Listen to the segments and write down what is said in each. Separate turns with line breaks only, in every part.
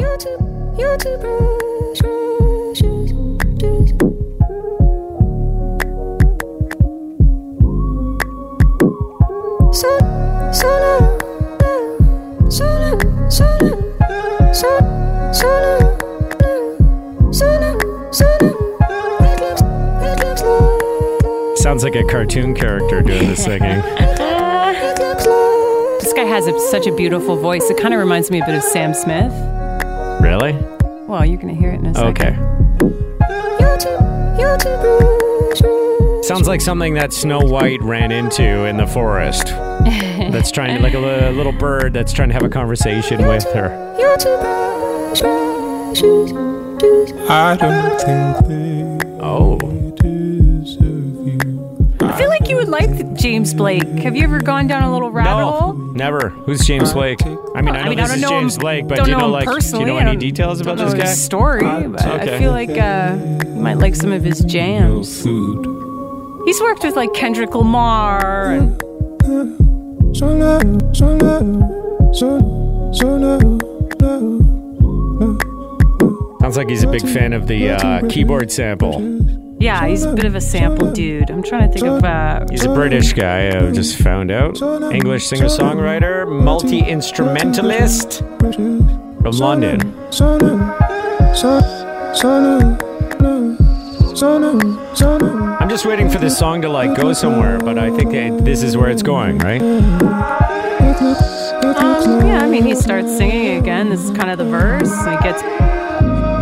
YouTube, YouTube, YouTube. Sol, solo, solo, solo, sol, solo, solo, solo. It looks, it looks like,
Sounds like a cartoon character doing the singing.
it looks like.
This guy has a, such a beautiful voice. It kind of reminds me a bit of Sam Smith.
Really?
Well, you're going to hear it
Oh,
in a second.
Okay.
YouTube, YouTube.
Sounds like something that Snow White ran into in the forest. That's trying to, like a li- little bird that's trying to have a conversation with her.
YouTube.
I don't think they
Oh.
deserve you.
I feel like you would like James Blake. Have you ever gone down a little rabbit
No,
hole?
never. Who's James Blake? I mean, I know
I mean,
this
I don't
is
know
James
him.
Blake, but
don't
do you know,
him
like, do
personally.
you know
I
any
don't-
details about
don't
this
know
guy?
His story, but
okay.
I feel like uh, you might like some of his jams.
Food.
He's worked with like Kendrick Lamar. And
So no, so no, so, so no, no.
Sounds like he's a big fan of the uh, keyboard sample.
yeah, he's a bit of a sample dude. I'm trying to think of. Uh,
He's a British guy, I just found out. English singer songwriter, multi instrumentalist
Precious.
from London.
So no, so, so no, no. So no, so no.
I'm just waiting for this song to like go somewhere, but I think that this is where it's going, right?
It looks,
E.
it looks
um,
like
yeah, I mean, he starts singing again. This is kind of the verse. And he gets.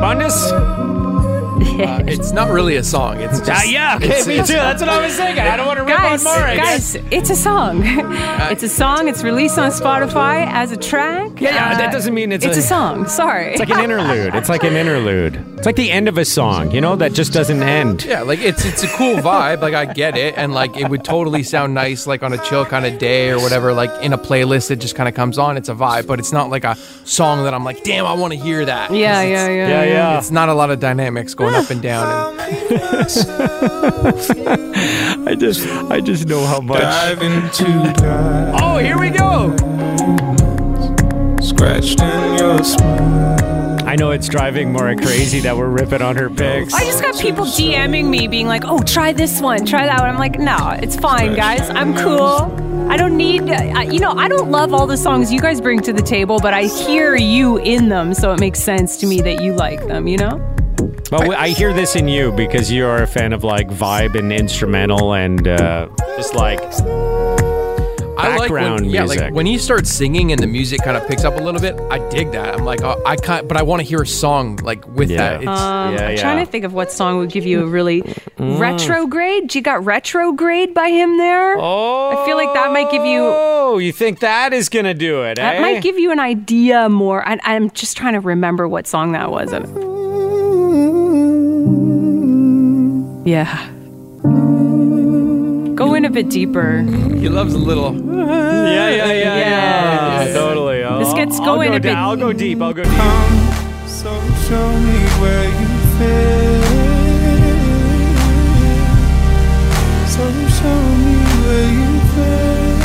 Bundes?
Uh, It's not really a song. It's just.
Ah, yeah, okay,
it's-
me
it's-
too. That's what I was thinking. E. I Uh, don't want to rip
Guys,
on Maury.
guys, it's a song. it's a song. It's released on Spotify as a track. Uh,
Yeah, yeah, that doesn't mean it's
it's
a-
a song. Sorry.
It's like an interlude. It's like an interlude. It's like the end of a song, you know, that just doesn't end.
Yeah, like it's it's a cool vibe. Like I get it, and like it would totally sound nice, like on a chill kind of day or whatever. Like in a playlist, it just kind of comes on. It's a vibe, but it's not like a song that I'm like, damn, I want to hear that. 'Cause
yeah,
it's-
yeah, yeah,
Yeah, yeah.
It's not a lot of dynamics going up and down. And
I just, I just know how much.
dive into dive.
oh, here we go.
Scratched in your smile.
I know it's driving Maury crazy that we're ripping on her pics.
I just got people DMing me being like, oh, try this one, try that one. I'm like, no, it's fine, guys. I'm cool. I don't need, I, you know, I don't love all the songs you guys bring to the table, but I hear you in them, so it makes sense to me that you like them, you know?
But I hear this in you because you are a fan of like vibe and instrumental and uh, just like
I like
Background
when, yeah, like
music.
when he starts singing and the music kind of picks up a little bit. I dig that. I'm like, oh, I can't, but I want to hear a song like with
Yeah.
that. It's,
Um,
Yeah,
I'm
yeah.
trying to think of what song would give you a really Mm. retrograde. You got retrograde by him there.
oh,
I feel like that might give you-
Oh, you think that is gonna do it?
That
eh?
might give you an idea more. I, I'm just trying to remember what song that was. And- Yeah. Go in a bit deeper.
he loves a little.
Yeah, yeah, yeah, yeah.
Yes.
Totally. I'll,
This gets
I'll
going
go
a bit-
down- I'll go deep. I'll go deep.
So show me where you fit. So show me where you fit.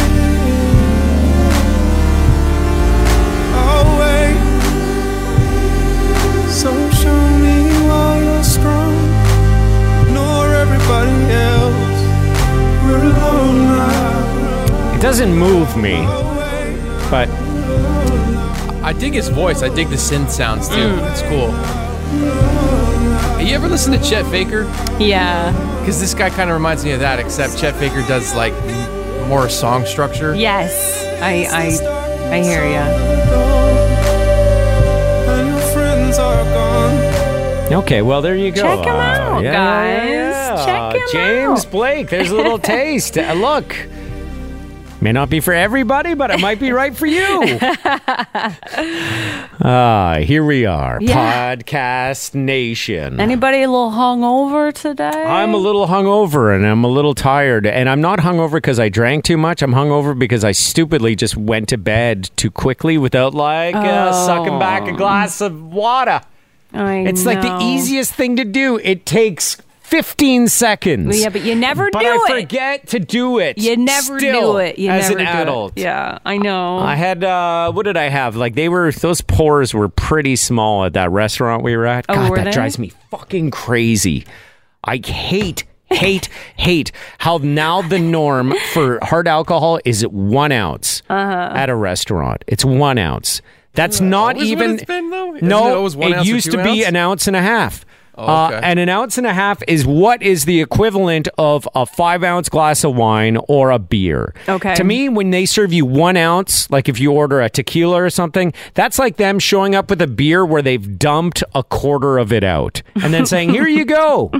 Always. Oh, So show me why you're strong. Nor everybody else. We're alone now.
It doesn't move me,
Oh, Always.
but
I dig his voice. I dig the synth sounds too. It's cool. You ever listen to Chet Baker?
Yeah.
Because this guy kind of reminds me of that, except Chet Baker does like more song structure.
Yes. I I I hear you.
And your friends are gone.
okay. Well, there you go.
Check 'em out,
yeah,
guys.
yeah.
Check 'em
James
out.
Blake. There's a little taste. Uh, Look. May not be for everybody, but it might be right for you. Ah, here we are,
Yeah.
Podcast Nation.
Anybody a little hungover today?
I'm a little hungover and I'm a little tired. And I'm not hungover because I drank too much. I'm hungover because I stupidly just went to bed too quickly without like uh, sucking
Oh.
back a glass of water.
I
It's like the
know.
easiest thing to do. It takes 15 seconds.
Yeah, but you never
But
do
I
it.
forget to do it.
You never
Still,
do it. You
as
never
an
do
adult.
It. Yeah, I know.
I had uh what did I have? Like they were those pores were pretty small at that restaurant we were at.
Oh,
God,
were
that
they?
drives me fucking crazy. I hate hate hate how now the norm for hard alcohol is 1 ounce
Uh-huh.
at a restaurant. It's 1 ounce. That's not
always what
even
it's been, though? Isn't
No,
it always one ounce or
used
two
to be
ounce?
an ounce and a half.
Oh, okay.
Uh, and an ounce and a half is what is the equivalent of a five ounce glass of wine or a beer.
Okay.
To me, when they serve you one ounce, like if you order a tequila or something, that's like them showing up with a beer where they've dumped a quarter of it out and then saying, "Here you go."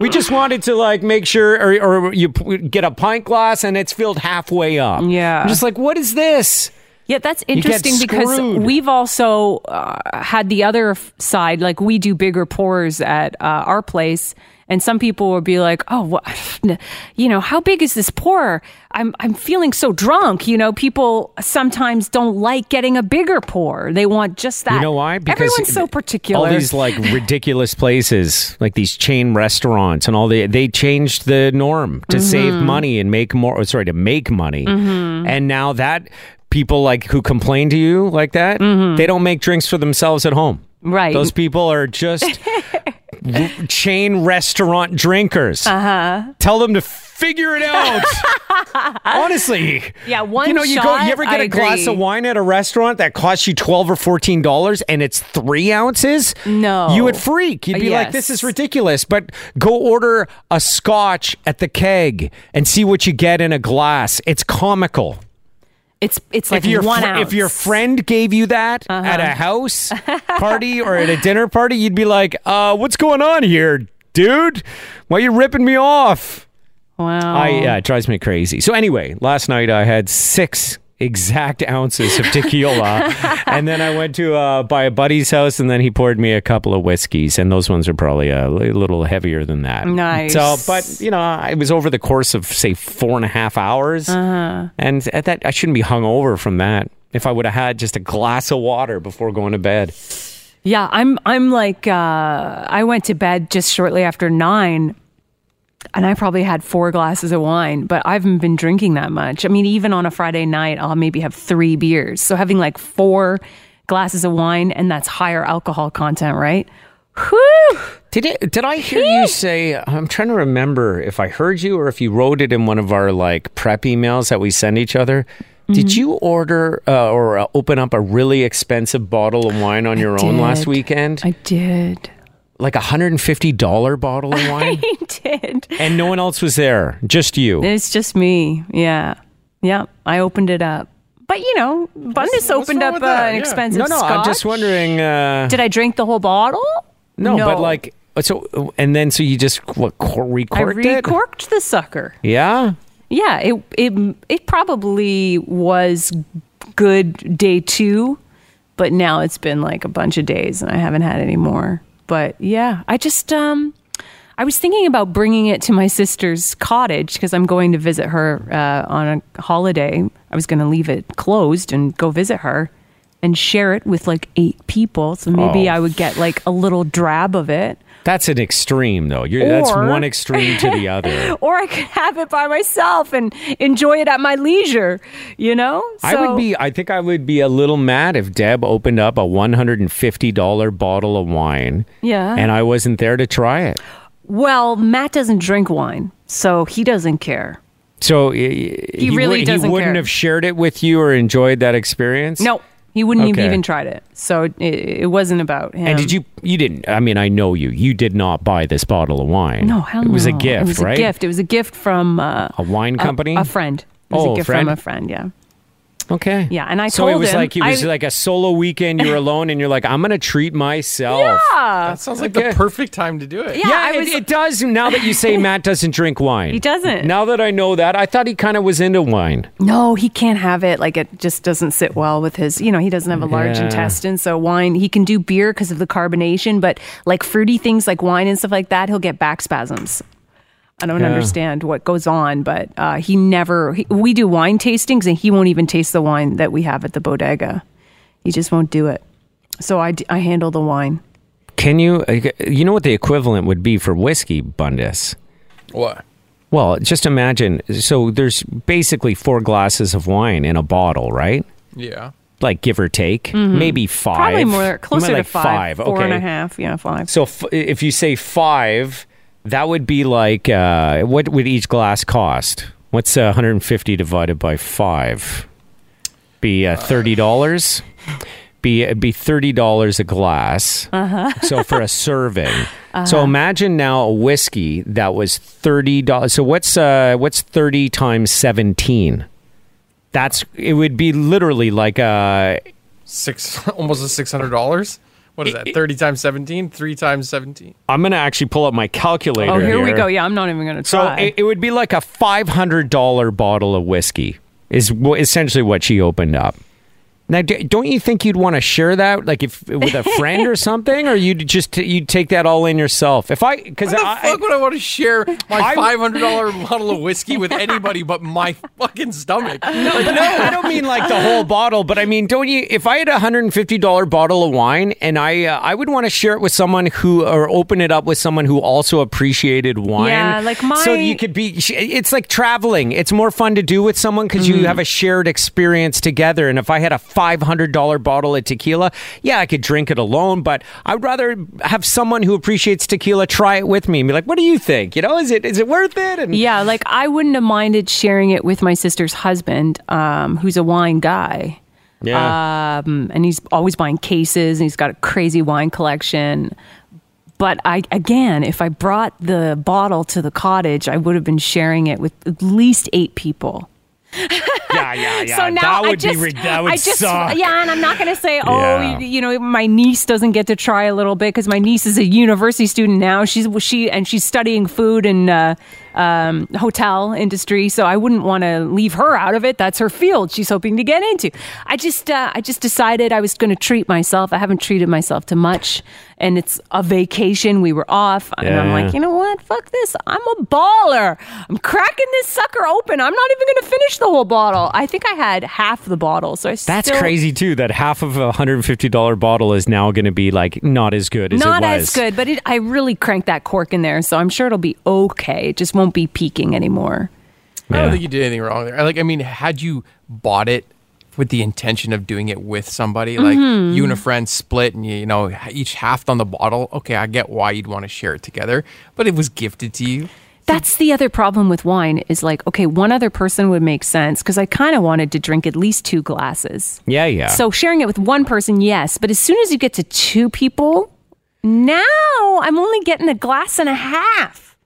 We just wanted to like make sure, or, or you p- get a pint glass and it's filled halfway up.
Yeah.
I'm just like, what is this?
Yeah, that's
get
interesting because
screwed.
we've also uh, had the other f- side. Like we do bigger pours at uh, our place, and some people will be like, "Oh, wha- you know, how big is this pour? I'm I'm feeling so drunk." You know, people sometimes don't like getting a bigger pour. They want just that.
You know why?
everyone's so particular.
All these like ridiculous places, like these chain restaurants and all the they changed the norm
Mm-hmm.
to save money and make more. oh, Sorry, to make money,
Mm-hmm.
and now that people like who complain to you like that, they don't make drinks for themselves at home.
Mm-hmm. right?
Those people are just r- chain restaurant drinkers. Uh-huh. Tell them to figure it out. Honestly.
Yeah, one
You know, you go.
shot,
You ever get
I
a glass
agree.
of wine at a restaurant that costs you twelve or fourteen dollars, and it's three ounces?
No.
you would freak. You'd be like,
Yes.
"This is ridiculous." But go order a scotch at the keg and see what you get in a glass. It's comical
it's it's like
if your
one
fr-
ounce. Uh-huh.
if your friend gave you that at a house party or at a dinner party, you'd be like, uh, "What's going on here, dude? Why are you ripping me off?"
wow,
I yeah, it drives me crazy. So anyway, last night I had six exact ounces of tequila, and then I went to uh, by a buddy's house, and then he poured me a couple of whiskeys, and those ones are probably uh, a little heavier than that.
Nice.
So, but you know, it was over the course of say four and a half hours, and at that I shouldn't be hung over from that. If I would have had just a glass of water before going to bed,
Yeah, I'm I'm like uh I went to bed just shortly after 9 and I probably had four glasses of wine, but I haven't been drinking that much. I mean, even on a Friday night, I'll maybe have 3 beers. So having like 4 glasses of wine and that's higher alcohol content, right? Whew.
Did it, did I hear you say? I'm trying to remember if I heard you or if you wrote it in one of our like prep emails that we send each other. Did
Mm-hmm.
you order uh, or uh, open up a really expensive bottle of wine on your own last
did.
weekend?
I did.
like a hundred and fifty dollar bottle of wine,
I did.
and no one else was there, just you.
It's just me. Yeah. Yeah, I opened it up. But you know, Bundus opened
wrong
up
with
uh,
that?
an
Yeah.
expensive
no, no, I'm just
scotch.
wondering. Uh,
Did I drink the whole bottle?
no, but like so, and then so you just what cor-
I
recorked it?
recorked the sucker.
Yeah,
Yeah, it it it probably was good day two, but now it's been like a bunch of days and I haven't had any more. But yeah, I just um I was thinking about bringing it to my sister's cottage because I'm going to visit her uh, on a holiday. I was going to leave it closed and go visit her and share it with like eight people. So maybe
Oh.
I would get like a little drab of it.
that's an extreme though. You're, that's
Or-
one extreme to the other.
or I could have it by myself and enjoy it at my leisure, you know?
I would be. I think I would be a little mad if Deb opened up a one hundred and fifty dollar bottle of wine.
Yeah.
And I wasn't there to try it.
Well, Matt doesn't drink wine, so he doesn't care.
So he, he,
really
wou- he
doesn't
wouldn't
care.
have shared it with you or enjoyed that experience.
No, he wouldn't have
Okay.
even tried it. So it, it wasn't about him.
And did you? You didn't. I mean, I know you. You did not buy this bottle of wine.
No, hell
It was a
no.
gift,
It was
right?
a gift. It was a gift from uh,
A wine company.
a friend. It was
Oh,
a
a
gift
friend?
from a friend, yeah.
Okay.
Yeah, and I
so it
told
was
him-
like it was
I-
like a solo weekend. You're alone, and you're like, I'm gonna treat myself.
That sounds like
Okay.
the perfect time to do it.
Yeah, I
it,
was-
it does. Now that you say Matt doesn't drink wine,
He doesn't.
Now that I know that, I thought he kind of was into wine.
No, he can't have it. Like it just doesn't sit well with his. You know, he doesn't have a large
Yeah.
intestine, so wine. He can do beer because of the carbonation, but like fruity things like wine and stuff like that, he'll get back spasms. I don't
Yeah.
understand what goes on, but uh, he never. He, we do wine tastings, and he won't even taste the wine that we have at the bodega. He just won't do it. So I, d- I handle the wine.
Can you? uh, You know what the equivalent would be for whiskey, Bundes?
What?
Well, just imagine. So there's basically four glasses of wine in a bottle, right?
Yeah.
Like give or take, maybe five.
Mm-hmm. Probably more closer
Maybe like
to
five.
five, four
okay.
and a half. Yeah, five.
So f- if you say five, that would be like uh, what would each glass cost? What's uh, 150 divided by five? Be uh, thirty dollars. Be it'd be thirty dollars a glass.
Uh-huh.
So for a serving. So imagine now a whiskey that was thirty dollars. So what's uh, what's thirty times seventeen? That's it would be literally like uh,
Six almost a six hundred dollars. What is that? Thirty times seventeen? Three times seventeen.
I'm gonna actually pull up my calculator.
Oh, here, we go. Yeah, I'm not even going to
So
try.
it, it would be like a five hundred dollar bottle of whiskey is w- essentially what she opened up. Now, d- don't you think you'd want to share that, like if with a friend or something, or you'd just you'd take that all in yourself? If I, because
Why the
I,
fuck would I want to share my
I-
five hundred dollar bottle of whiskey with anybody but my fucking stomach? Like,
no, I don't mean like the whole bottle, but I mean, don't you? If I had a hundred and fifty dollar bottle of wine, and I, uh, I would want to share it with someone who, or open it up with someone who also appreciated wine.
Yeah, like
So
my-
you could be. sh- It's like traveling. It's more fun to do with someone because
Mm.
you have a shared experience together. And if I had a five hundred dollar bottle of tequila, yeah, I could drink it alone, but I'd rather have someone who appreciates tequila try it with me and be like, "What do you think? You know, is it is it worth it?" And
yeah, like I wouldn't have minded sharing it with my sister's husband, um, who's a wine guy. um, and he's always buying cases and he's got a crazy wine collection but i again if i brought the bottle to the cottage i would have been sharing it with at least eight people
yeah, yeah, yeah.
so now
that would
I just,
be re- that would
I just,
suck.
Yeah, and I'm not going to say, oh,
Yeah.
y- you, know, my niece doesn't get to try a little bit because my niece is a university student now. She's she and she's studying food and uh, um, hotel industry, so I wouldn't want to leave her out of it. That's her field. She's hoping to get into. I just uh, I just decided I was going to treat myself. I haven't treated myself to much. And it's a vacation. We were off. And I'm
Yeah.
like, you know what? Fuck this. I'm a baller. I'm cracking this sucker open. I'm not even going to finish the whole bottle. I think I had half the bottle. So I
That's
still-
crazy too. That half of a hundred and fifty dollar bottle is now going to be like not as good as
Not
it was.
as good, but it, I really cranked that cork in there. So I'm sure it'll be okay. It just won't be peaking anymore.
I
Yeah.
don't think you did anything wrong there. Like, I mean, had you bought it with the intention of doing it with somebody, like you and a friend split and you, you know, each half on the bottle, okay, I get why you'd want to share it together, but it was gifted to you.
That's the other problem with wine is like, okay, one other person would make sense because I kind of wanted to drink at least two glasses.
Yeah, yeah.
So sharing it with one person, yes. But as soon as you get to two people, now I'm only getting a glass and a half.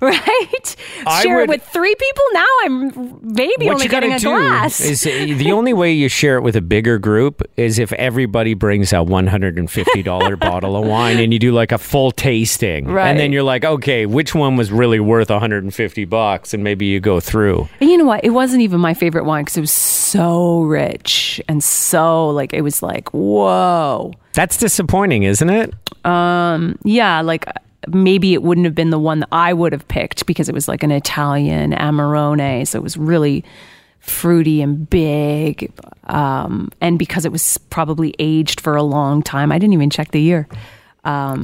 Right?
I
Share
would-
it with three people. Now I'm maybe
what
only
you gotta
getting a
do
glass.
is uh, the only way you share it with a bigger group is if everybody brings a one hundred and fifty dollar bottle of wine and you do like a full tasting,
Right.
and then you're like, okay, which one was really worth one hundred and fifty bucks, and maybe you go through.
And you know what? It wasn't even my favorite wine because it was so rich and so like it was like whoa.
That's disappointing, isn't it?
Yeah, like maybe it wouldn't have been the one that I would have picked because it was like an Italian Amarone, so it was really fruity and big, um, and because it was probably aged for a long time. I didn't even check the year.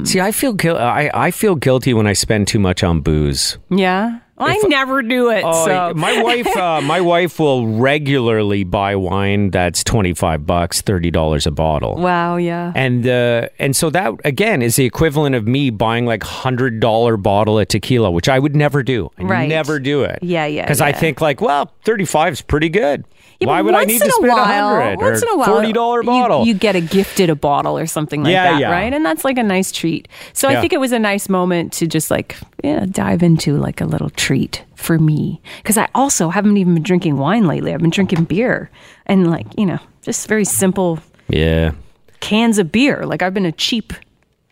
See, I feel guil- I I feel guilty when I spend too much on booze.
Yeah, well, I never do it.
Oh,
so
my wife, uh, my wife will regularly buy wine that's twenty five bucks, thirty dollars a bottle.
wow, yeah.
And uh, and so that again is the equivalent of me buying like hundred dollar bottle of tequila, which I would never do. I
Right.
never do it.
Yeah, yeah,
Because I
yeah.
think like, well, thirty five is pretty good.
Yeah,
Why
but
would I
once
need
in
to spend
while-
hundred or
once in a while,
forty dollar
you-
bottle?
You, get a gifted a bottle or something like
Yeah,
that,
yeah.
right? And that's like a nice treat. So
Yeah.
I think it was a nice moment to just like yeah, dive into like a little treat for me because I also haven't even been drinking wine lately. I've been drinking beer and like you know just very simple
yeah.
cans of beer. Like I've been a cheap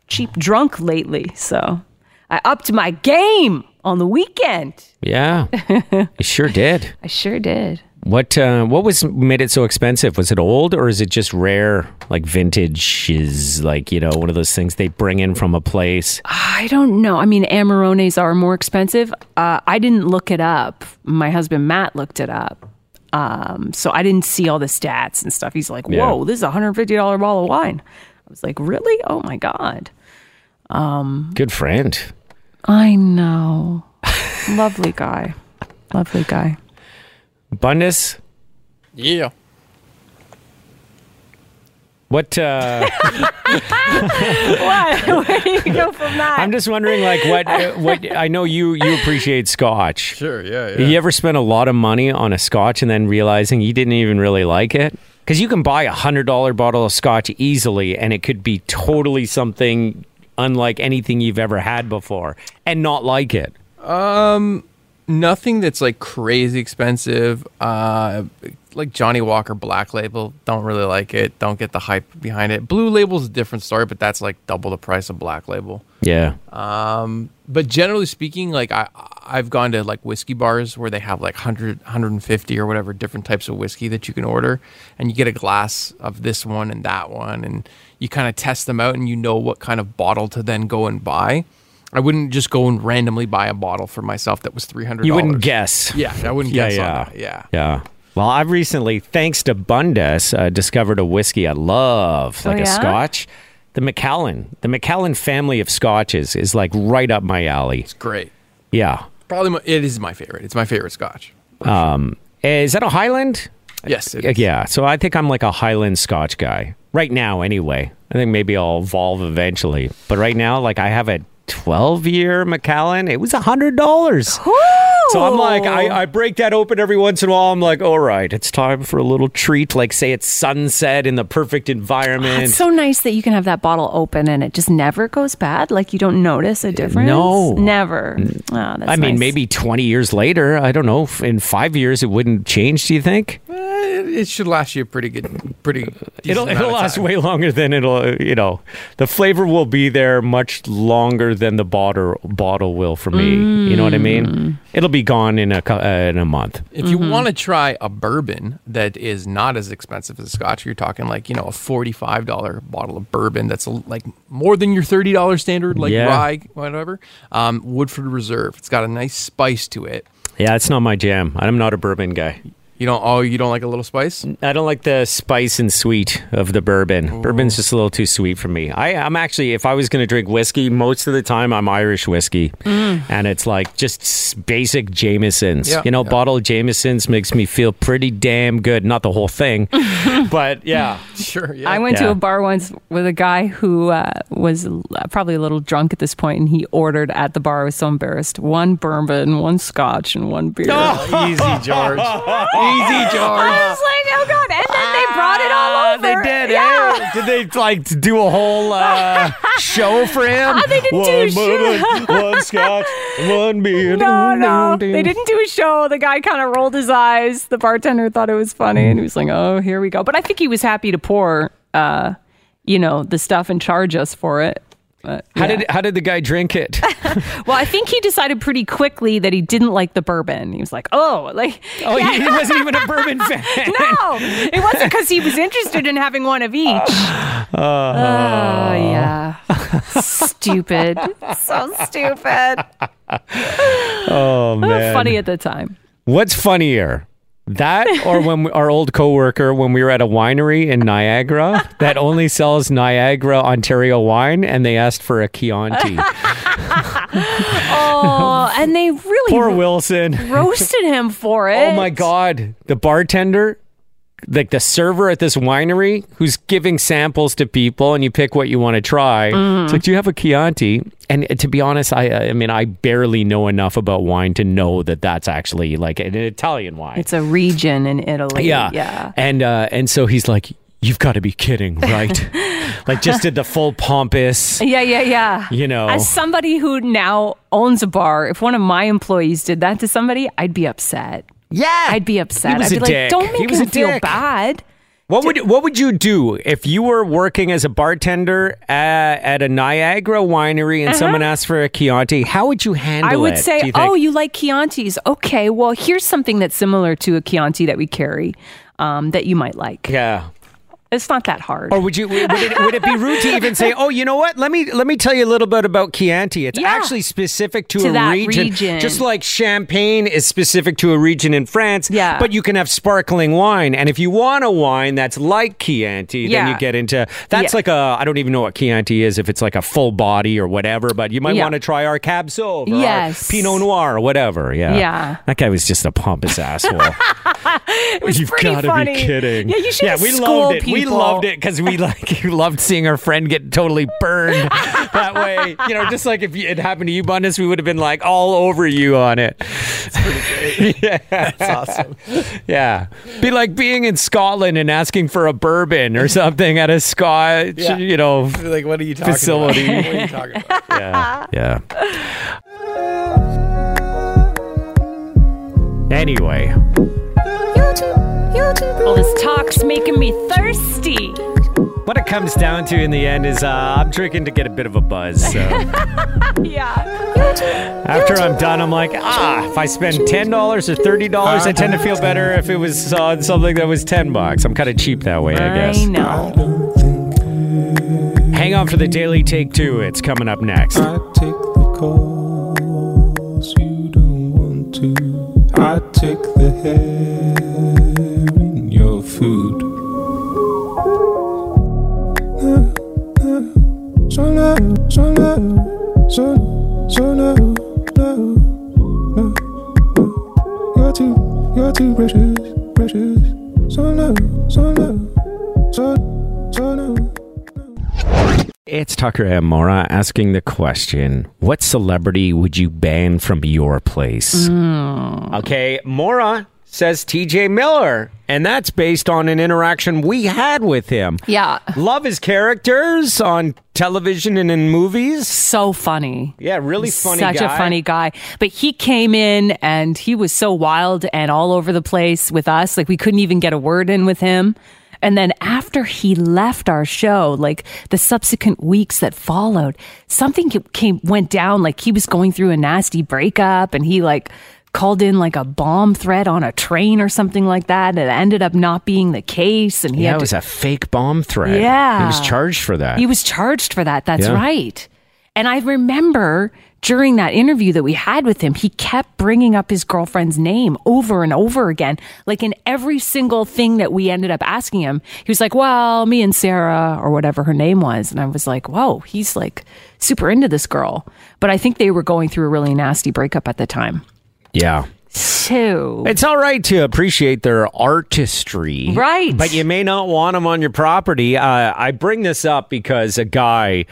cheap drunk lately, so I upped my game on the weekend.
Yeah, it sure did.
I sure did.
What uh, what was made it so expensive? Was it old or is it just rare, like vintage? Is like you know one of those things they bring in from a place.
I don't know. I mean, Amarones are more expensive. Uh, I didn't look it up. My husband Matt looked it up. Um, so I didn't see all the stats and stuff. He's like,
Yeah.
whoa, this is a $150 bottle of wine. I was like, really? Oh my God.
Good friend.
I know. Lovely guy. Lovely guy.
Bundes,
Yeah.
what uh
What? Where do you go from that?
I'm just wondering like what what I know you you appreciate scotch.
Sure. Yeah.
You ever spend a lot of money on a scotch and then realizing you didn't even really like it? Because you can buy a hundred dollar bottle of scotch easily, and it could be totally something unlike anything you've ever had before, and not like it.
Nothing that's like crazy expensive. Uh, like Johnny Walker Black Label. Don't really like it. Don't get the hype behind it. Blue Label's a different story, but that's like double the price of Black Label.
Yeah,
but generally speaking like i i've gone to like whiskey bars where they have like 100 150 or whatever different types of whiskey that you can order and you get a glass of this one and that one and you kind of test them out and you know what kind of bottle to then go and buy i wouldn't just go and randomly buy a bottle for myself that was 300
you wouldn't guess.
yeah i wouldn't
yeah,
guess
yeah,
on that yeah
yeah. Well, I've recently, thanks to Bundes, uh, discovered a whiskey I love, like
yeah?
a Scotch. The Macallan, the Macallan family of scotches is like right up my alley.
it's great
Yeah,
probably my, it is my favorite it's my favorite scotch
Eh, is that a Highland?
yes it
Yeah,
is.
Yeah, so I think I'm like a Highland Scotch guy right now. Anyway, I think maybe I'll evolve eventually. But right now, like I have a 12 year Macallan. It was a hundred dollars. So I'm like, I, I break that open every once in a while. I'm like, all right, it's time for a little treat. Like, say it's sunset in the perfect environment.
It's so nice that you can have that bottle open and it just never goes bad. Like you don't notice a difference.
no. Mm.
never. Oh, that's
I mean,
nice.
maybe 20 years later, I don't know. f- In five years, it wouldn't change. Do you think
it, it should last you a pretty good pretty decent
it'll
amount
it'll
of
last
time.
way longer than it'll? uh, You know, the flavor will be there much longer than the bottle bottle will for me. You know what I
Mm.
mean? It'll be gone in a cou- uh, in a month.
If you want to try a bourbon that is not as expensive as scotch, you're talking like, you know, a $45 bottle of bourbon that's like more than your $30 standard, like
Yeah.
rye, whatever. Um, Woodford Reserve. It's got a nice spice to it.
Yeah, it's not my jam. I'm not a bourbon guy.
You don't, oh, you don't like a little spice?
I don't like the spice and sweet of the bourbon. Bourbon's just a little too sweet for me. I, I'm actually, if I was going to drink whiskey, most of the time I'm Irish whiskey, and it's like just s- basic Jamesons.
Yeah,
you know,
yeah.
bottle of Jamesons makes me feel pretty damn good. Not the whole thing, but yeah,
Sure. Yeah.
I went to
Yeah.
a bar once with a guy who uh, was l- probably a little drunk at this point, and he ordered at the bar. I was so embarrassed. One bourbon, one scotch, and one beer.
Easy, George. Easy, George.
I was like, oh god! And then they brought it all
Ah,
over.
They did.
Yeah.
eh? Did they like do a whole uh, show for him?
Ah, they didn't
one
do a show.
bourbon, one scotch, one beer.
No, no, they didn't do a show. The guy kind of rolled his eyes. The bartender thought it was funny, and he was like, "Oh, here we go." But I think he was happy to pour, uh, you know, the stuff and charge us for it. But,
How
yeah.
did how did the guy drink it?
Well, I think he decided pretty quickly that he didn't like the bourbon. He was like, "Oh, like
Oh, he, he wasn't even a bourbon fan.
no, it wasn't because he was interested in having one of each." Oh, yeah, stupid, so stupid.
Oh man,
Funny at the time.
What's funnier, that or when we, our old coworker when we were at a winery in Niagara that only sells Niagara Ontario wine, and they asked for a Chianti.
Oh, and they really
Poor Wilson.
roasted him for it.
Oh my god, the bartender. Like the server at this winery who's giving samples to people, and you pick what you want to try. It's like, do you have a Chianti? And uh, to be honest, I I mean, I barely know enough about wine to know that that's actually like an Italian wine.
It's a region in Italy.
Yeah.
Yeah.
And uh, and so he's like, You've got to be kidding, right? like just did the full pompous,
Yeah, yeah, yeah.
you know.
As somebody who now owns a bar, if one of my employees did that to somebody, I'd be upset.
yeah.
I'd be upset.
He was
I'd be
a
like,
dick.
don't make
He was
him
a
feel
dick.
bad.
what would what would you do if you were working as a bartender at, at a Niagara winery and someone asked for a Chianti? How would you handle it?
I would
do
say,
you think?
oh, you like Chiantis. Okay, well, here's something that's similar to a Chianti that we carry um, that you might like.
yeah. Oh,
It's not that hard.
Or would you would it, would it be rude to even say, "Oh, you know what? Let me let me tell you a little bit about Chianti. It's
Yeah.
actually specific to,
To
a
that
region,
region.
just like champagne is specific to a region in France.
Yeah.
but you can have sparkling wine, and if you want a wine that's like Chianti, then
Yeah.
you get into that's
Yeah.
like a I don't even know what Chianti is if it's like a full body or whatever, but you might
Yeah.
want to try our Cab Sauv, or our
Yes.
Pinot Noir, or whatever. Yeah,
Yeah.
That guy was just a pompous asshole. You've
pretty
got to
funny.
be kidding.
Yeah, you should
Yeah, we
school
loved it. We
people.
loved it because we like loved seeing our friend get totally burned that way. You know, just like if it happened to you, Bundes, we would have been like all over you on it. Yeah, be like being in Scotland and asking for a bourbon or something at a Scotch.
Yeah.
You know.
Like, what are you talking
Facility.
about? What are you talking about?
Yeah. Yeah. Anyway,
All this talk's making me thirsty.
what it comes down to in the end is uh, I'm drinking to get a bit of a buzz. So.
Yeah.
After I'm done, I'm like, ah, if I spend ten dollars or thirty dollars, I tend to feel better if it was on something that was ten bucks. I'm kind of cheap that way, I guess.
I know.
Hang on for the daily take two. It's coming up next.
I take the calls you don't want to. I take the hair in your food. So no, so no, so so no, no, no. You're too, you're too precious, precious. So no, so no, so so no.
It's Tucker and Mora asking the question: What celebrity would you ban from your place? Okay, Mora says T.J. Miller, and that's based on an interaction we had with him.
Yeah.
Love his characters on television and in movies.
So funny.
Yeah, really funny
Such
guy.
a funny guy. But he came in and he was so wild and all over the place with us. Like we couldn't even get a word in with him. And then after he left our show, like the subsequent weeks that followed, something came went down. Like he was going through a nasty breakup and he like called in like a bomb threat on a train or something like that. And it ended up not being the case. And he
Yeah,
had
it
to
was a fake bomb threat.
Yeah.
He was charged for that.
He was charged for that. That's
Yeah.
right. And I remember during that interview that we had with him, he kept bringing up his girlfriend's name over and over again. Like in every single thing that we ended up asking him, he was like, Well, me and Sarah, or whatever her name was. And I was like, Whoa, he's like super into this girl. But I think they were going through a really nasty breakup at the time.
yeah.
So,
It's all right to appreciate their artistry.
Right.
But you may not want them on your property. Uh, I bring this up because a guy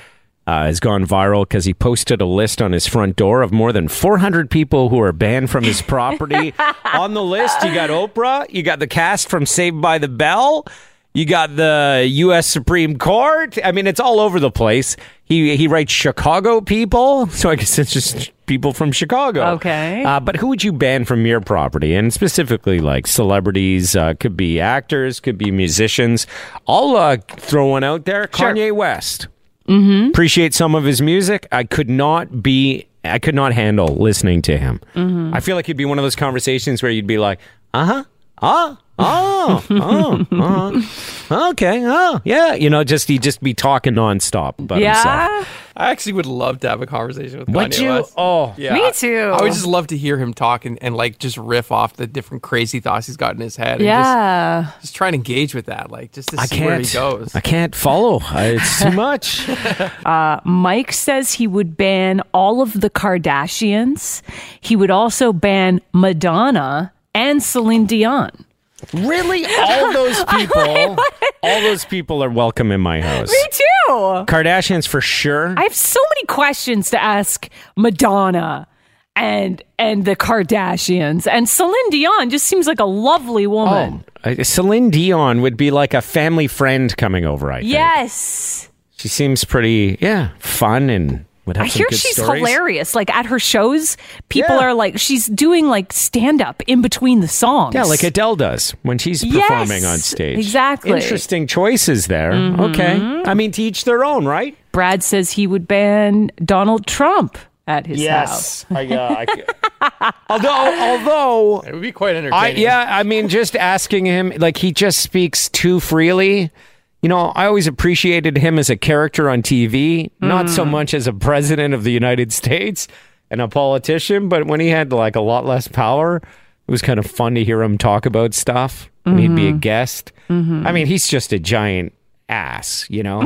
uh, has gone viral because he posted a list on his front door of more than 400 people who are banned from his property. on the list, you got Oprah, you got the cast from Saved by the Bell. You got the U.S. Supreme Court. I mean, it's all over the place. He he writes Chicago people, so I guess it's just people from Chicago.
Okay.
Uh, but who would you ban from your property? And specifically, like celebrities, uh, could be actors, could be musicians. I'll uh, throw one out there Kanye West. Mm-hmm. Appreciate some of his music. I could not be, I could not handle listening to him. I feel like it'd be one of those conversations where you'd be like, uh huh, ah. Oh, oh, oh, okay. Oh, yeah. You know, just he'd just be talking nonstop about
yeah.
himself.
I actually would love to have a conversation with
Would
Kanye
you?
West.
Oh.
yeah.
Me too.
Uh, I would just love to hear him talk and, and like just riff off the different crazy thoughts he's got in his head. and
Yeah.
just, just try and engage with that, like just to
I
see
can't.
where he goes.
I can't follow. I- It's too much.
Mike says he would ban all of the Kardashians. He would also ban Madonna and Celine Dion.
Really, all those people, all those people are welcome in my house.
too.
Kardashians for sure.
I have so many questions to ask Madonna and and the Kardashians and Celine Dion just seems like a lovely woman.
Uh, Celine Dion would be like a family friend coming over. I think.
yes.
she seems pretty, yeah, fun and would have
I
some
hear
good
she's
stories.
hilarious. Like at her shows, people
Yeah.
are like she's doing like stand up in between the songs.
Yeah, like Adele does when she's
Yes,
performing on stage.
exactly. Mm-hmm.
Interesting choices there. Okay. I mean, to each their own, right?
Brad says he would ban Donald Trump at his house.
I, uh, I- although, although
it would be quite entertaining.
I, yeah, I mean, just asking him, like, he just speaks too freely. you know, I always appreciated him as a character on TV, not so
Hmm.
much as a president of the United States and a politician, but when he had like a lot less power, it was kind of fun to hear him talk about stuff. And he'd
Mm-hmm.
be a guest. I mean, he's just a giant ass, you know?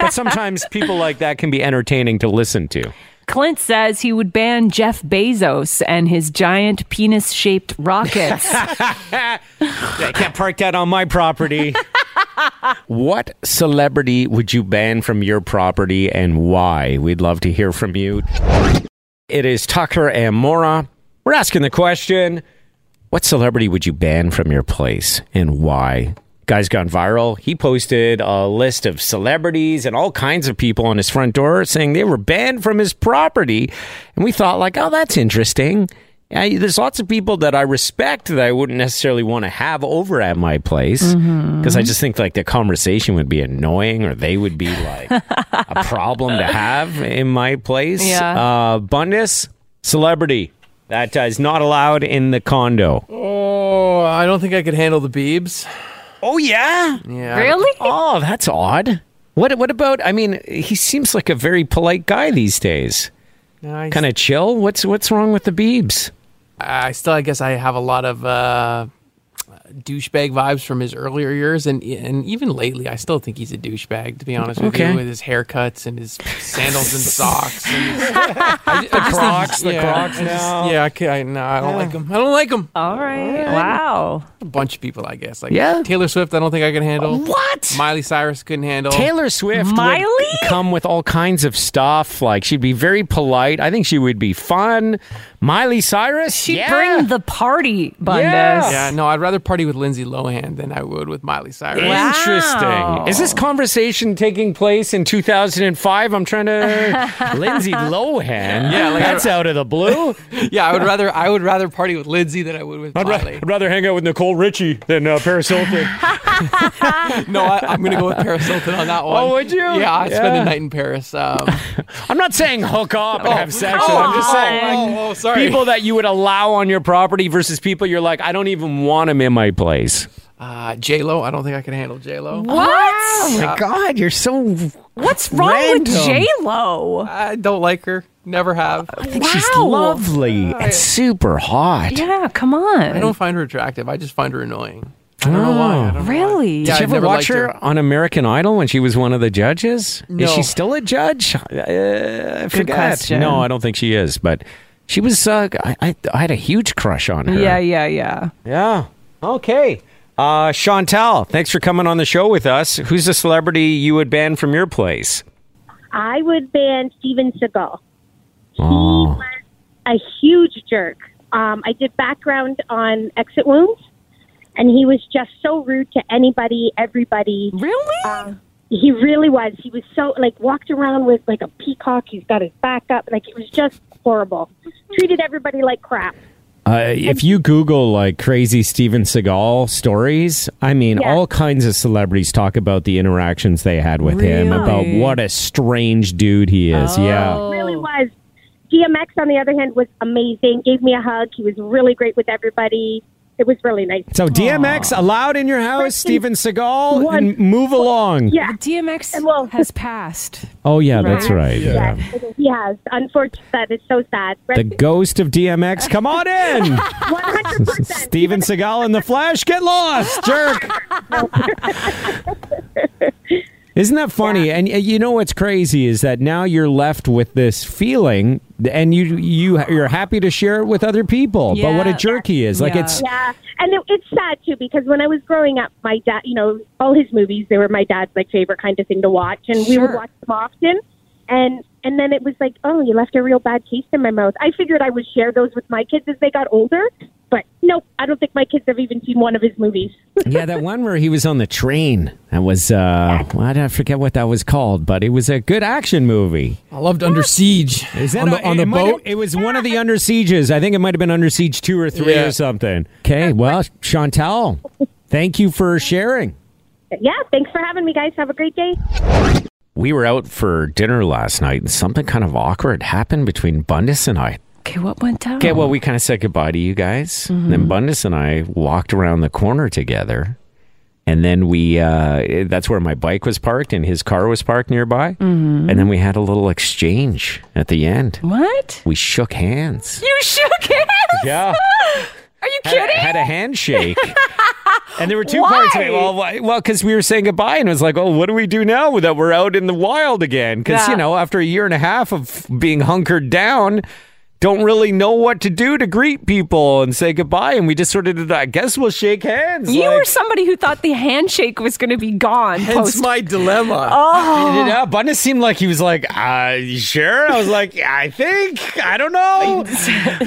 but sometimes people like that can be entertaining to listen to.
Clint says he would ban Jeff Bezos and his giant penis shaped rockets.
I can't park that on my property. what celebrity would you ban from your property and why? We'd love to hear from you. It is Tucker and Mora. We're asking the question What celebrity would you ban from your place and why? Guy's gone viral. He posted a list of celebrities and all kinds of people on his front door saying they were banned from his property. And we thought, like, oh, that's interesting. I, there's lots of people that I respect that I wouldn't necessarily want to have over at my place because I just think like the conversation would be annoying or they would be like a problem to have in my place.
Yeah.
Uh, Bundes, celebrity. That uh, is not allowed in the condo.
Oh, I don't think I could handle the Beebs.
Oh, yeah?
Yeah.
really?
Oh, that's odd. What, what about, I mean, he seems like a very polite guy these days.
I,
Kind of chill. What's, what's wrong with the Beebs?
I still, I guess, I have a lot of uh, douchebag vibes from his earlier years, and and even lately, I still think he's a douchebag. To be honest with
Okay.
you, with his haircuts and his sandals and socks, and his,
Crocs, the
yeah,
Crocs
I just-
now.
yeah, I can't. I, no, I don't like him. I don't like him.
All right. Wow.
A bunch of people, I guess. Like
Yeah.
Taylor Swift, I don't think I can handle.
What?
Miley Cyrus couldn't handle.
Taylor Swift
Miley?
would come with all kinds of stuff. Like she'd be very polite. I think she would be fun. Miley Cyrus,
She'd
yeah.
bring the party, Bundes.
Yeah.
Yeah, no, I'd rather party with Lindsay Lohan than I would with Miley Cyrus.
Wow.
Interesting. Is this conversation taking place in 2005? I'm trying to Lindsay Lohan.
Yeah, like-
that's out of the blue.
Yeah, I would rather I would rather party with Lindsay than I would with
I'd, ra-
Miley.
I'd rather hang out with Nicole Richie than uh, Paris Hilton.
no, I, I'm gonna go with Paris Hilton on that one.
Oh, would you?
Yeah, I spent
Yeah.
a night in Paris. Um,
I'm not saying hook up and have sex.
come
with. I'm just saying
on.
like,
oh, sorry.
people that you would allow on your property versus people you're like, I don't even want them in my place.
uh, J Lo, I don't think I can handle J Lo.
What?
Oh my God, you're so
What's wrong with
Random.
J Lo?
I don't like her. Never have. I
She's
Wow.
lovely and super hot.
Yeah, come on.
don't find her attractive. I just find her annoying. I don't know why. I don't know
really?
Yeah.
Did you
I've
ever
never
watch
liked
her,
her.
on American Idol when she was one of the judges? Is she
No.
still a judge? Uh, I forget.
question.
No, I don't think she is. But she was. Uh, I, I I had a huge crush on her.
Yeah, yeah, yeah.
Yeah. Okay. Uh, Chantel, thanks for coming on the show with us. Who's a celebrity you would ban from your place?
I would ban Steven Seagal.
Oh.
A huge jerk. Um, I did background on Exit Wounds, and he was just so rude to anybody, everybody.
Really?
He really was. He was so like walked around with like a peacock. He's got his back up. Like it was just horrible. Treated everybody like crap.
Uh, if you Google like crazy Steven Seagal stories, I mean,
Yeah.
all kinds of celebrities talk about the interactions they had with him, about
Really?
what a strange dude he is.
Oh.
Yeah.
Really was. DMX on the other hand was amazing. Gave me a hug. He was really great with everybody. It was really nice.
So DMX allowed in your house, Steven Seagal,
What?
and move along.
Yeah.
DMX
well-
has passed.
Oh yeah, that's right. Yeah.
Uh-huh. Yes, it is. he has. Unfortunately, that is so sad.
The
Rest
ghost of DMX, come on in.
100%.
Steven Seagal in the flesh, get lost, jerk. Isn't that funny? And uh, you know what's crazy is that now you're left with this feeling, and you you you're happy to share it with other people. But what a
Yeah.
jerk he is! Like
Yeah.
it's
Yeah, and it, it's sad too because when I was growing up, my dad, you know, all his movies they were my dad's like favorite kind of thing to watch, and we would
Sure.
watch them often. And and then it was like, oh, you left a real bad taste in my mouth. I figured I would share those with my kids as they got older, but nope, I don't think my kids have even seen one of his movies.
yeah, that one where he was on the train. That was uh, well, I don't forget what that was called, but it was a good action movie.
I loved Under Siege.
Is that
on the,
a-
on
it
the
might have-
boat?
It was one of the under sieges. I think it might have been under siege two or three
Yeah.
or something. Okay, well, Chantal, thank you for sharing.
yeah, thanks for having me, guys. Have a great day.
We were out for dinner last night, and something kind of awkward happened between Bundes and I.
Okay, what went down?
Okay, well, we Mm-hmm. kind of said goodbye to you guys. Then Bundes and I walked around the corner together, And then we, uh, that's where my bike was parked and his car was parked nearby. And then we had a little exchange at the end.
What?
We shook hands.
You shook hands?
Yeah.
Are you
Had,
kidding?
had a handshake. and there were two
Why?
parts of it. Well, why- well, because we were saying goodbye and it was like, oh, what do we do now that we're out in the wild again? Because,
Yeah.
you know, after a year and a half of being hunkered down, don't really know what to do to greet people and say goodbye. And we just sort of did, I guess we'll shake hands.
you
like-
were somebody who thought the handshake was going to be gone.
Hence
Post.
my
Oh.
dilemma.
it
Oh.
up. Bundes seemed like he was like, uh, you sure? I was like, I think. I don't know.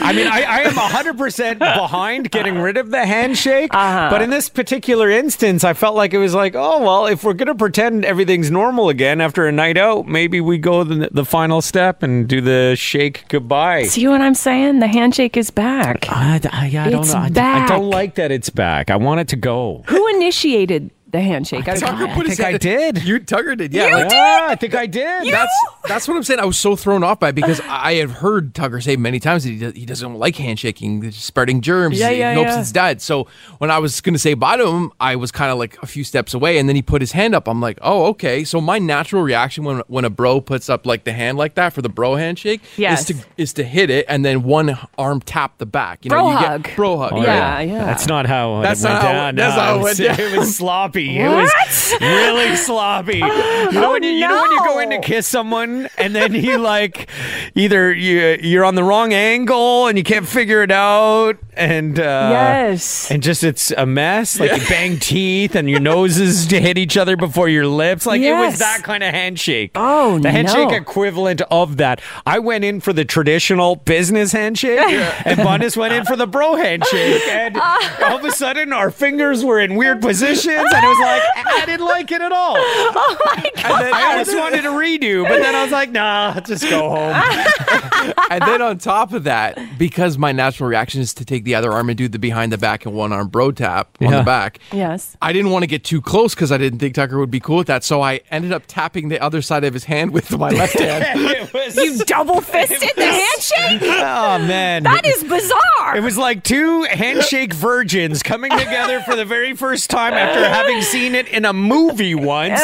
I mean, I, I am 100% behind getting rid of the handshake.
Uh-huh.
But in this particular instance, I felt like it was like, oh, well, if we're going to pretend everything's normal again after a night out, maybe we go the, the final step and do the shake goodbye.
See what I'm saying? The handshake is back.
I, I, I don't
It's
know. I, I
back.
don't like that it's back. I want it to go.
who initiated the handshake? I
Tucker
forgot.
put
I
his
think I
hand-
did.
You Tucker did. Yeah. like,
Yeah, I think I did.
That's that's what I'm saying. I was so thrown off by it because I had heard Tucker say many times that he, does, he doesn't like handshaking, it's spreading germs.
Yeah, yeah,
he hopes
yeah.
it's dead. So when I was going to say bye to him, I was kind of like a few steps away, and then he put his hand up. I'm like, oh, okay. So my natural reaction when when a bro puts up like the hand like that for the bro handshake
Yes.
is to is to hit it and then one arm tap the back. You
Bro
know, you
hug.
Get, bro hug.
Oh, yeah. yeah.
That's not how
That's
it went
not how-
down.
that's
no,
how it went
was-
down.
It was sloppy. It was really sloppy. You know, when you, you know when you go in to
Oh, no.
kiss someone and then he like either you you're on the wrong angle and you can't figure it out and uh,
Yes.
and just it's a mess. Like you bang teeth and your noses to hit each other before your lips. Like it
Yes.
was that kind of handshake.
Oh,
the handshake
no.
equivalent of that. I went in for the traditional business handshake, and Bundes went in for the bro handshake, and
Ah.
all of a sudden our fingers were in weird positions, and it was like I didn't like it at all. And then I almost wanted to redo, but then I was like, nah, just go
Ah.
home.
and then on top of that, because my natural reaction is to take the other arm and do the behind the back and one arm bro tap on
Yeah.
the back.
Yes.
I didn't want to get too close because I didn't think Tucker would be cool with that. So I ended up tapping the other side of his hand with my left hand.
It was,
You double fisted the handshake?
oh man,
That is bizarre.
It was like two handshake virgins coming together for the very first time after having seen it in a movie once,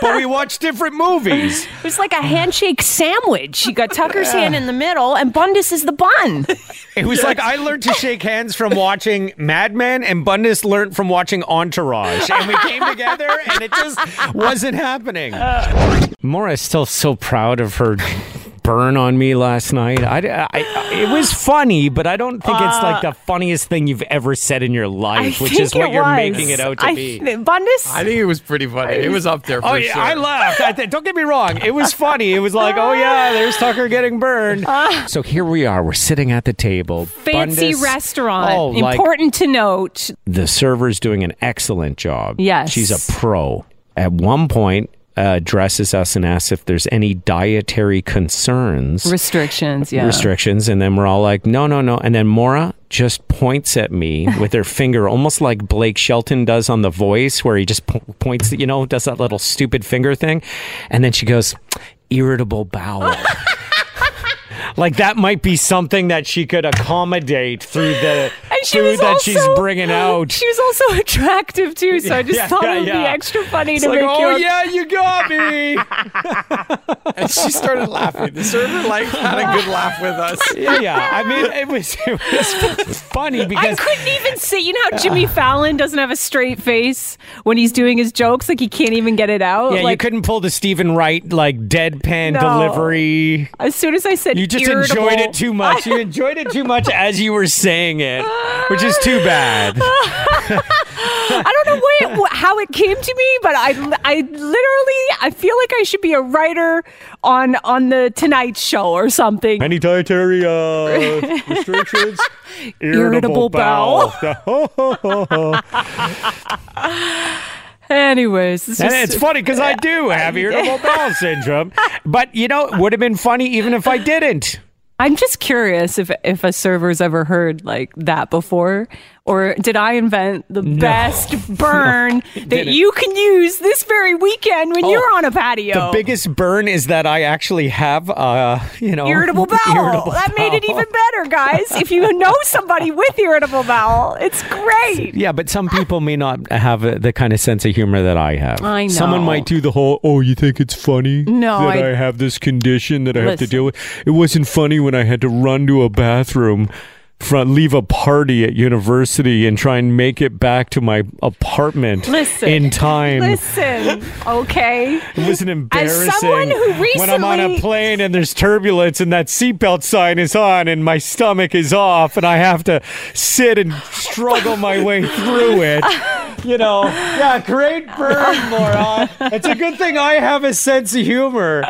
but we watched different movies.
It was like a handshake sandwich. You got Tucker's hand in the middle, and Bundes is the bun.
It was like I learned to shake hands from watching Mad Men, and Bundes learned from watching Entourage. And we came together, and it just wasn't happening. Maura is still so proud of her. Burn on me last night. I, I- it was funny, but I don't think it's like the funniest thing you've ever said in your life, which is what
Uh, it
you're
was.
making it out to
I
be.
th- Bundes?
I think it was pretty funny. It was up there for
Oh yeah,
sure.
I laughed. I th- don't get me wrong; it was funny. It was like, oh yeah, there's Tucker getting burned. so here we are. We're sitting at the table.
Uh. Fancy
Bundes-
restaurant.
Oh, like-
Important to note.
the server's doing an excellent job.
Yes.
she's a pro. At one point, uh, addresses us and asks if there's any dietary concerns.
Restrictions, yeah.
Restrictions, and then we're all like, no, no, no. And then Mora just points at me with her finger, almost like Blake Shelton does on The Voice, where he just po- points, you know, does that little stupid finger thing. And then she goes, irritable bowel. like that might be something that she could accommodate through the
And she
food
was
that
also,
she's bringing out.
She was also attractive too, so I just
Yeah,
thought
yeah,
it would be
yeah.
extra funny
It's
to
like,
make
oh
you.
yeah, you got me.
And she started laughing. The server like had a good laugh with us.
yeah, yeah. I mean, it was it was funny
I
because
couldn't even see. You know how Jimmy Fallon doesn't have a straight face when he's doing his jokes? Like, he can't even get it out?
yeah,
like,
you couldn't pull the Stephen Wright like deadpan
No.
delivery.
as soon as I said
You just
irritable,
enjoyed it too much. You enjoyed it too much as you were saying it, which is too bad.
I don't know what it, wh- how it came to me, but I, I literally, I feel like I should be a writer on on the Tonight Show or something.
Any dietary uh, restrictions?
Irritable bowel. Anyways, it's
And
just,
it's funny because I do have irritable bowel syndrome, but you know, it would have been funny even if I didn't.
I'm just curious if if a server's ever heard like that before, Or did I invent the best burn that you can use this very weekend when you're on a
Oh, The
patio?
biggest burn is that I actually have, uh, you know,
irritable bowel.
irritable
that made it
bowel.
even better, guys. if you know somebody with irritable bowel, it's great.
Yeah, but some people may not have uh, the kind of sense of humor that I have.
I
Someone
know.
might do the whole, oh, you think it's funny
No,
that
I-
I, have this condition that I have to
Listen.
deal with? It wasn't funny when I had to run to a bathroom, front, leave a party at university and try and make it back to my apartment
Listen.
in time.
Listen, okay.
It was an
As
embarrassing.
someone who
when I'm on a
recently-
plane and there's turbulence and that seatbelt sign is on and my stomach is off and I have to sit and struggle my way through it. You know, yeah, great burn, moron. It's a good thing I have a sense of humor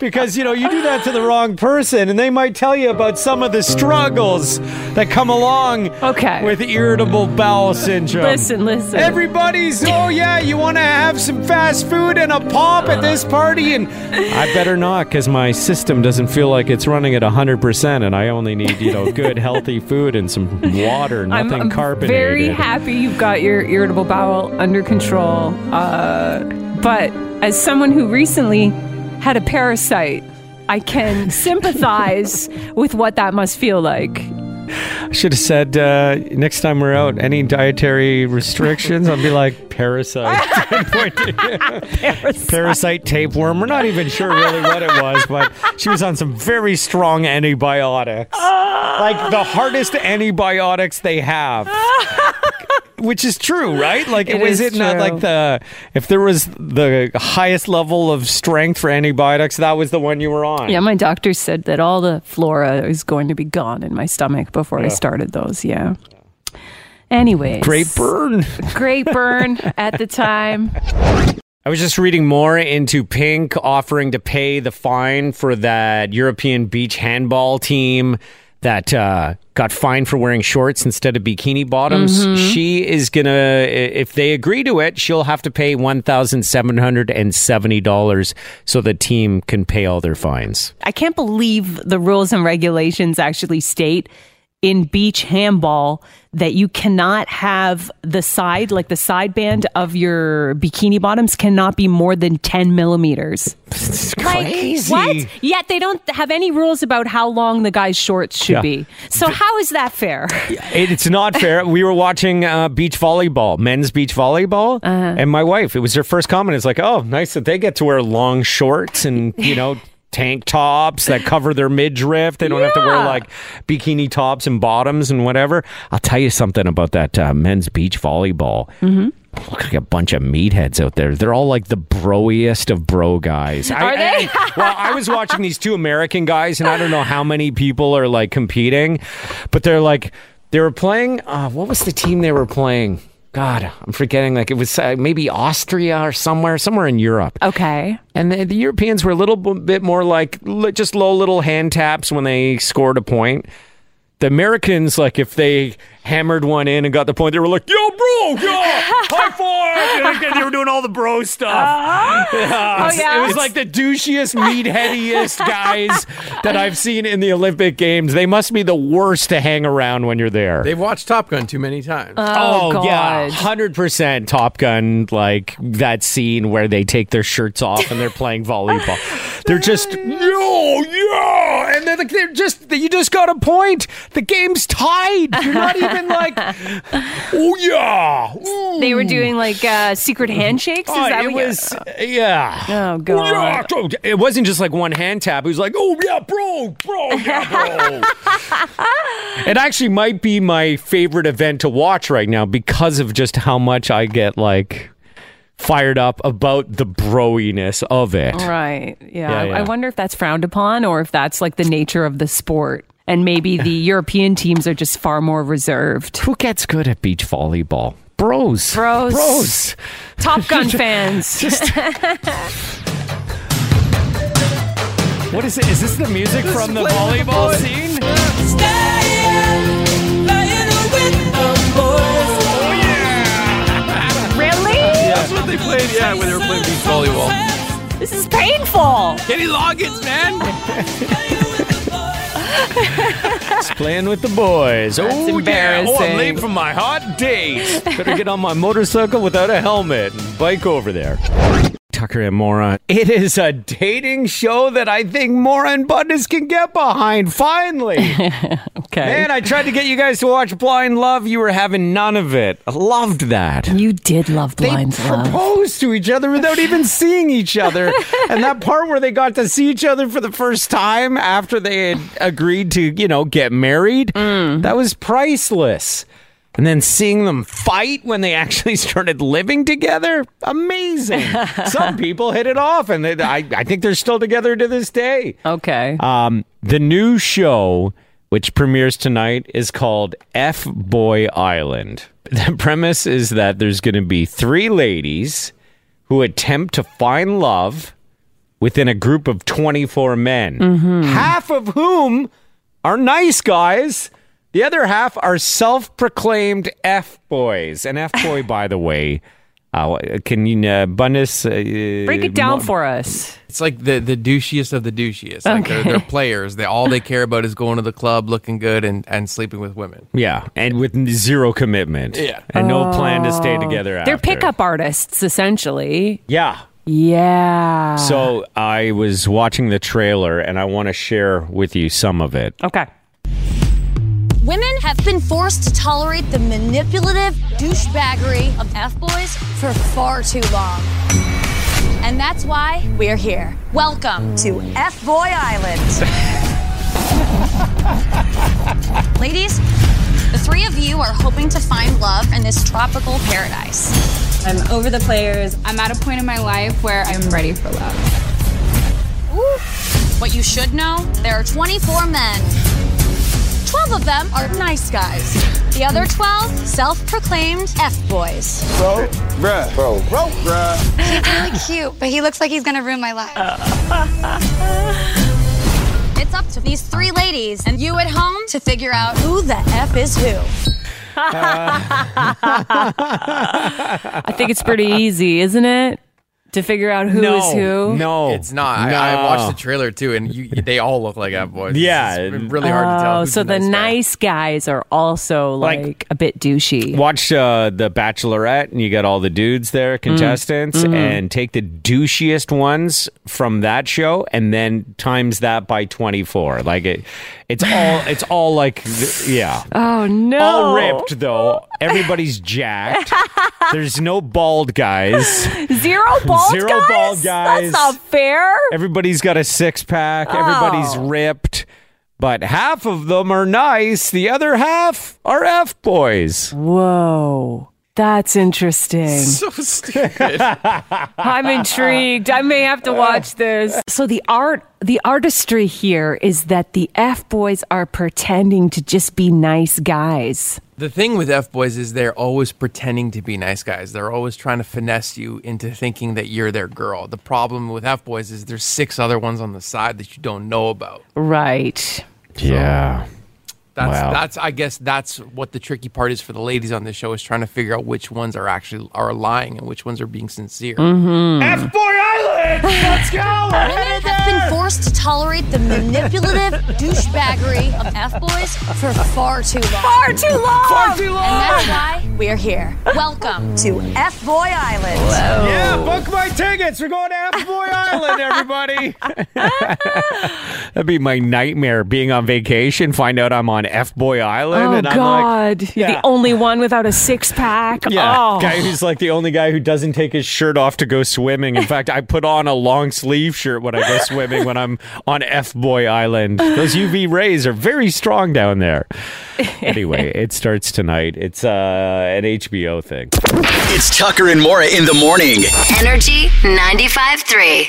because you know you do that to the wrong person and they might tell you about some of the struggles that come along
Okay.
with irritable bowel syndrome.
Listen, listen.
Everybody's, oh yeah, you want to have some fast food and a pop at this party? And I better not because my system doesn't feel like it's running at 100% and I only need, you know, good, healthy food and some water,
I'm,
nothing
I'm
carbonated.
very happy you've got your irritable bowel under control. Uh, but as someone who recently had a parasite, I can sympathize with what that must feel like.
Should have said uh, next time we're out, any dietary restrictions? I'll be like, parasite. parasite tapeworm. We're not even sure really what it was, but she was on some very strong antibiotics.
Ah.
Like the hardest antibiotics they have. Which is true, right? Like,
It
was it
is
not
true.
like the if there was the highest level of strength for antibiotics, that was the one you were on.
Yeah, my doctor said that all the flora is going to be gone in my stomach before I started those. Yeah. Anyways,
Great burn.
great burn at the time.
I was just reading more into Pink offering to pay the fine for that European beach handball team that uh, got fined for wearing shorts instead of bikini bottoms. She is going to, if they agree to it, she'll have to pay $1,770 so the team can pay all their fines.
I can't believe the rules and regulations actually state in beach handball that you cannot have the side, like the side band of your bikini bottoms, cannot be more than 10 millimeters.
It's
Like, what? Yet they don't have any rules about how long the guy's shorts should
Yeah.
be. So, how is that fair?
It, it's not fair. We were watching uh, beach volleyball, men's beach volleyball, and my wife. It was her first comment. It's like, oh, nice that they get to wear long shorts and you know tank tops that cover their midriff. They don't have to wear
Yeah.
like bikini tops and bottoms and whatever. I'll tell you something about that uh, men's beach volleyball. Mm-hmm. Look like a bunch of meatheads out there. They're all like the broiest of bro guys. I,
Are they?
I- well, I was watching these two American guys, and I don't know how many people are like competing, but they're like they were playing. Uh, what was the team they were playing? God, I'm forgetting. Like it was uh, maybe Austria or somewhere, somewhere in Europe.
okay.
And the, the Europeans were a little b- bit more like li- just low little hand taps when they scored a point. The Americans, like if they hammered one in and got the point, they were like, "Yo, bro, yo, high five!" And they were doing all the bro stuff. Yeah.
Oh, yeah?
It was like the douchiest, meatheadiest guys that I've seen in the Olympic Games. They must be the worst to hang around when you're there.
They've watched Top Gun too many times.
Oh, yeah,
God.
hundred percent Top Gun. Like that scene where they take their shirts off and they're playing volleyball. They're just yo yeah, and they're like they're just you just got a point. The game's tied. You're not even like oh yeah. Ooh.
They were doing like uh, secret handshakes. Is
Oh,
that
it
what you-
was yeah. Oh,
Oh,
yeah.
God.
Oh, It wasn't just like one hand tap. It was like, oh, yeah, bro, bro, yeah, bro. it actually might be my favorite event to watch right now because of just how much I get like fired up about the broiness of it.
Right.
Yeah,
Yeah. I-
yeah.
I wonder if that's frowned upon or if that's like the nature of the sport. And maybe the European teams are just far more reserved.
Who gets good at beach volleyball? Bros.
Bros.
Bros.
Top Gun fans.
What is it? Is this the music from the volleyball scene?
Really?
That's what they played, yeah, when they were playing beach volleyball.
This is painful.
Kenny Loggins, man.
It's playing with the boys. oh,
embarrassing.
yeah. Oh, I'm late for my hot date. Better get on my motorcycle without a helmet and bike over there. Tucker and Mora. It is a dating show that I think Mora and Bundes can get behind, finally.
Okay.
Man, I tried to get you guys to watch Blind Love. You were having none of it. I loved that.
you did love
They
blind love.
proposed to each other without even seeing each other. and that part where they got to see each other for the first time after they had agreed to, you know, get married,
Mm.
that was priceless. And then seeing them fight when they actually started living together, amazing. Some people hit it off, and they, I, I think they're still together to this day.
Okay.
Um, the new show, which premieres tonight, is called F Boy Island. The premise is that there's going to be three ladies who attempt to find love within a group of 24 men,
Mm-hmm.
half of whom are nice guys. The other half are self proclaimed F boys. An F boy, by the way. Uh, can you, uh, Bundes? Uh,
Break it down
Mo-
for us.
It's like the the douchiest of the douchiest. Like they're, they're players. They all they care about is going to the club, looking good, and, and sleeping with women.
Yeah, and with n- zero commitment.
Yeah.
and no plan to stay together.
They're
after.
Oh. pickup artists, essentially.
Yeah.
Yeah.
So
Uh.
I was watching the trailer, and I want to share with you some of it.
okay.
Women have been forced to tolerate the manipulative douchebaggery of F boys for far too long. And that's why we're here. Welcome to F Boy Island. Ladies, the three of you are hoping to find love in this tropical paradise.
I'm over the players. I'm at a point in my life where I'm ready for love.
What you should know there are 24 men. 12 of them are nice guys, the other 12, self proclaimed F boys.
Bruh. Bro. Bro. Bruh.
really cute, but he looks like he's gonna ruin my life. it's up to these three ladies and you at home to figure out who the F is who.
I think it's pretty easy, isn't it? To figure out who is who.
Oh, No,
It's not. I, I watched the trailer too, and you, they all look like F boys. It's
Yeah.
just really hard to tell.
Oh,
who's
so the
guy.
nice guys are also like,
Like-
a bit douchey.
Watch uh, the Bachelorette, and you got all the dudes
Mm.
there, contestants, and take the douchiest ones from that show, and then times that by twenty four. Like it, it's all, it's all like, th- yeah,
oh no.
all ripped though. Everybody's jacked. There's no bald guys.
Zero bald
Zero
guys?
bald guys.
That's not fair.
Everybody's got a six pack. Everybody's ripped. But half of them are nice. The other half are F boys.
Whoa. That's interesting.
So stupid.
I'm intrigued. I may have to watch this. So the art, the artistry here is that the F boys are pretending to just be nice guys.
The thing with F boys is they're always pretending to be nice guys. They're always trying to finesse you into thinking that you're their girl. The problem with F boys is there's six other ones on the side that you don't know about.
Right.
Yeah.
That's
Wow.
that's I guess that's what the tricky part is for the ladies on this show is trying to figure out which ones are actually are lying and which ones are being sincere.
Mm-hmm.
F boy Island! Let's go! We're
Women have been forced to tolerate the manipulative douchebaggery of F boys for far too long.
Far too long. Far too
And that's why we're here. Welcome to F Boy Island.
Yeah, book my tickets. We're going to F boy Island, everybody. That'd be my nightmare being on vacation, find out I'm on F boy Island.
Oh
and I'm
God!
Like,
You're
Yeah.
the only one without a six pack.
Yeah,
Oh.
guy who's like the only guy who doesn't take his shirt off to go swimming. In fact, I put on a long sleeve shirt when I go swimming when I'm on F Boy Island. Those UV rays are very strong down there. Anyway, it starts tonight. It's uh, an HBO thing.
It's Tucker and Mora in the morning.
Energy 95.3.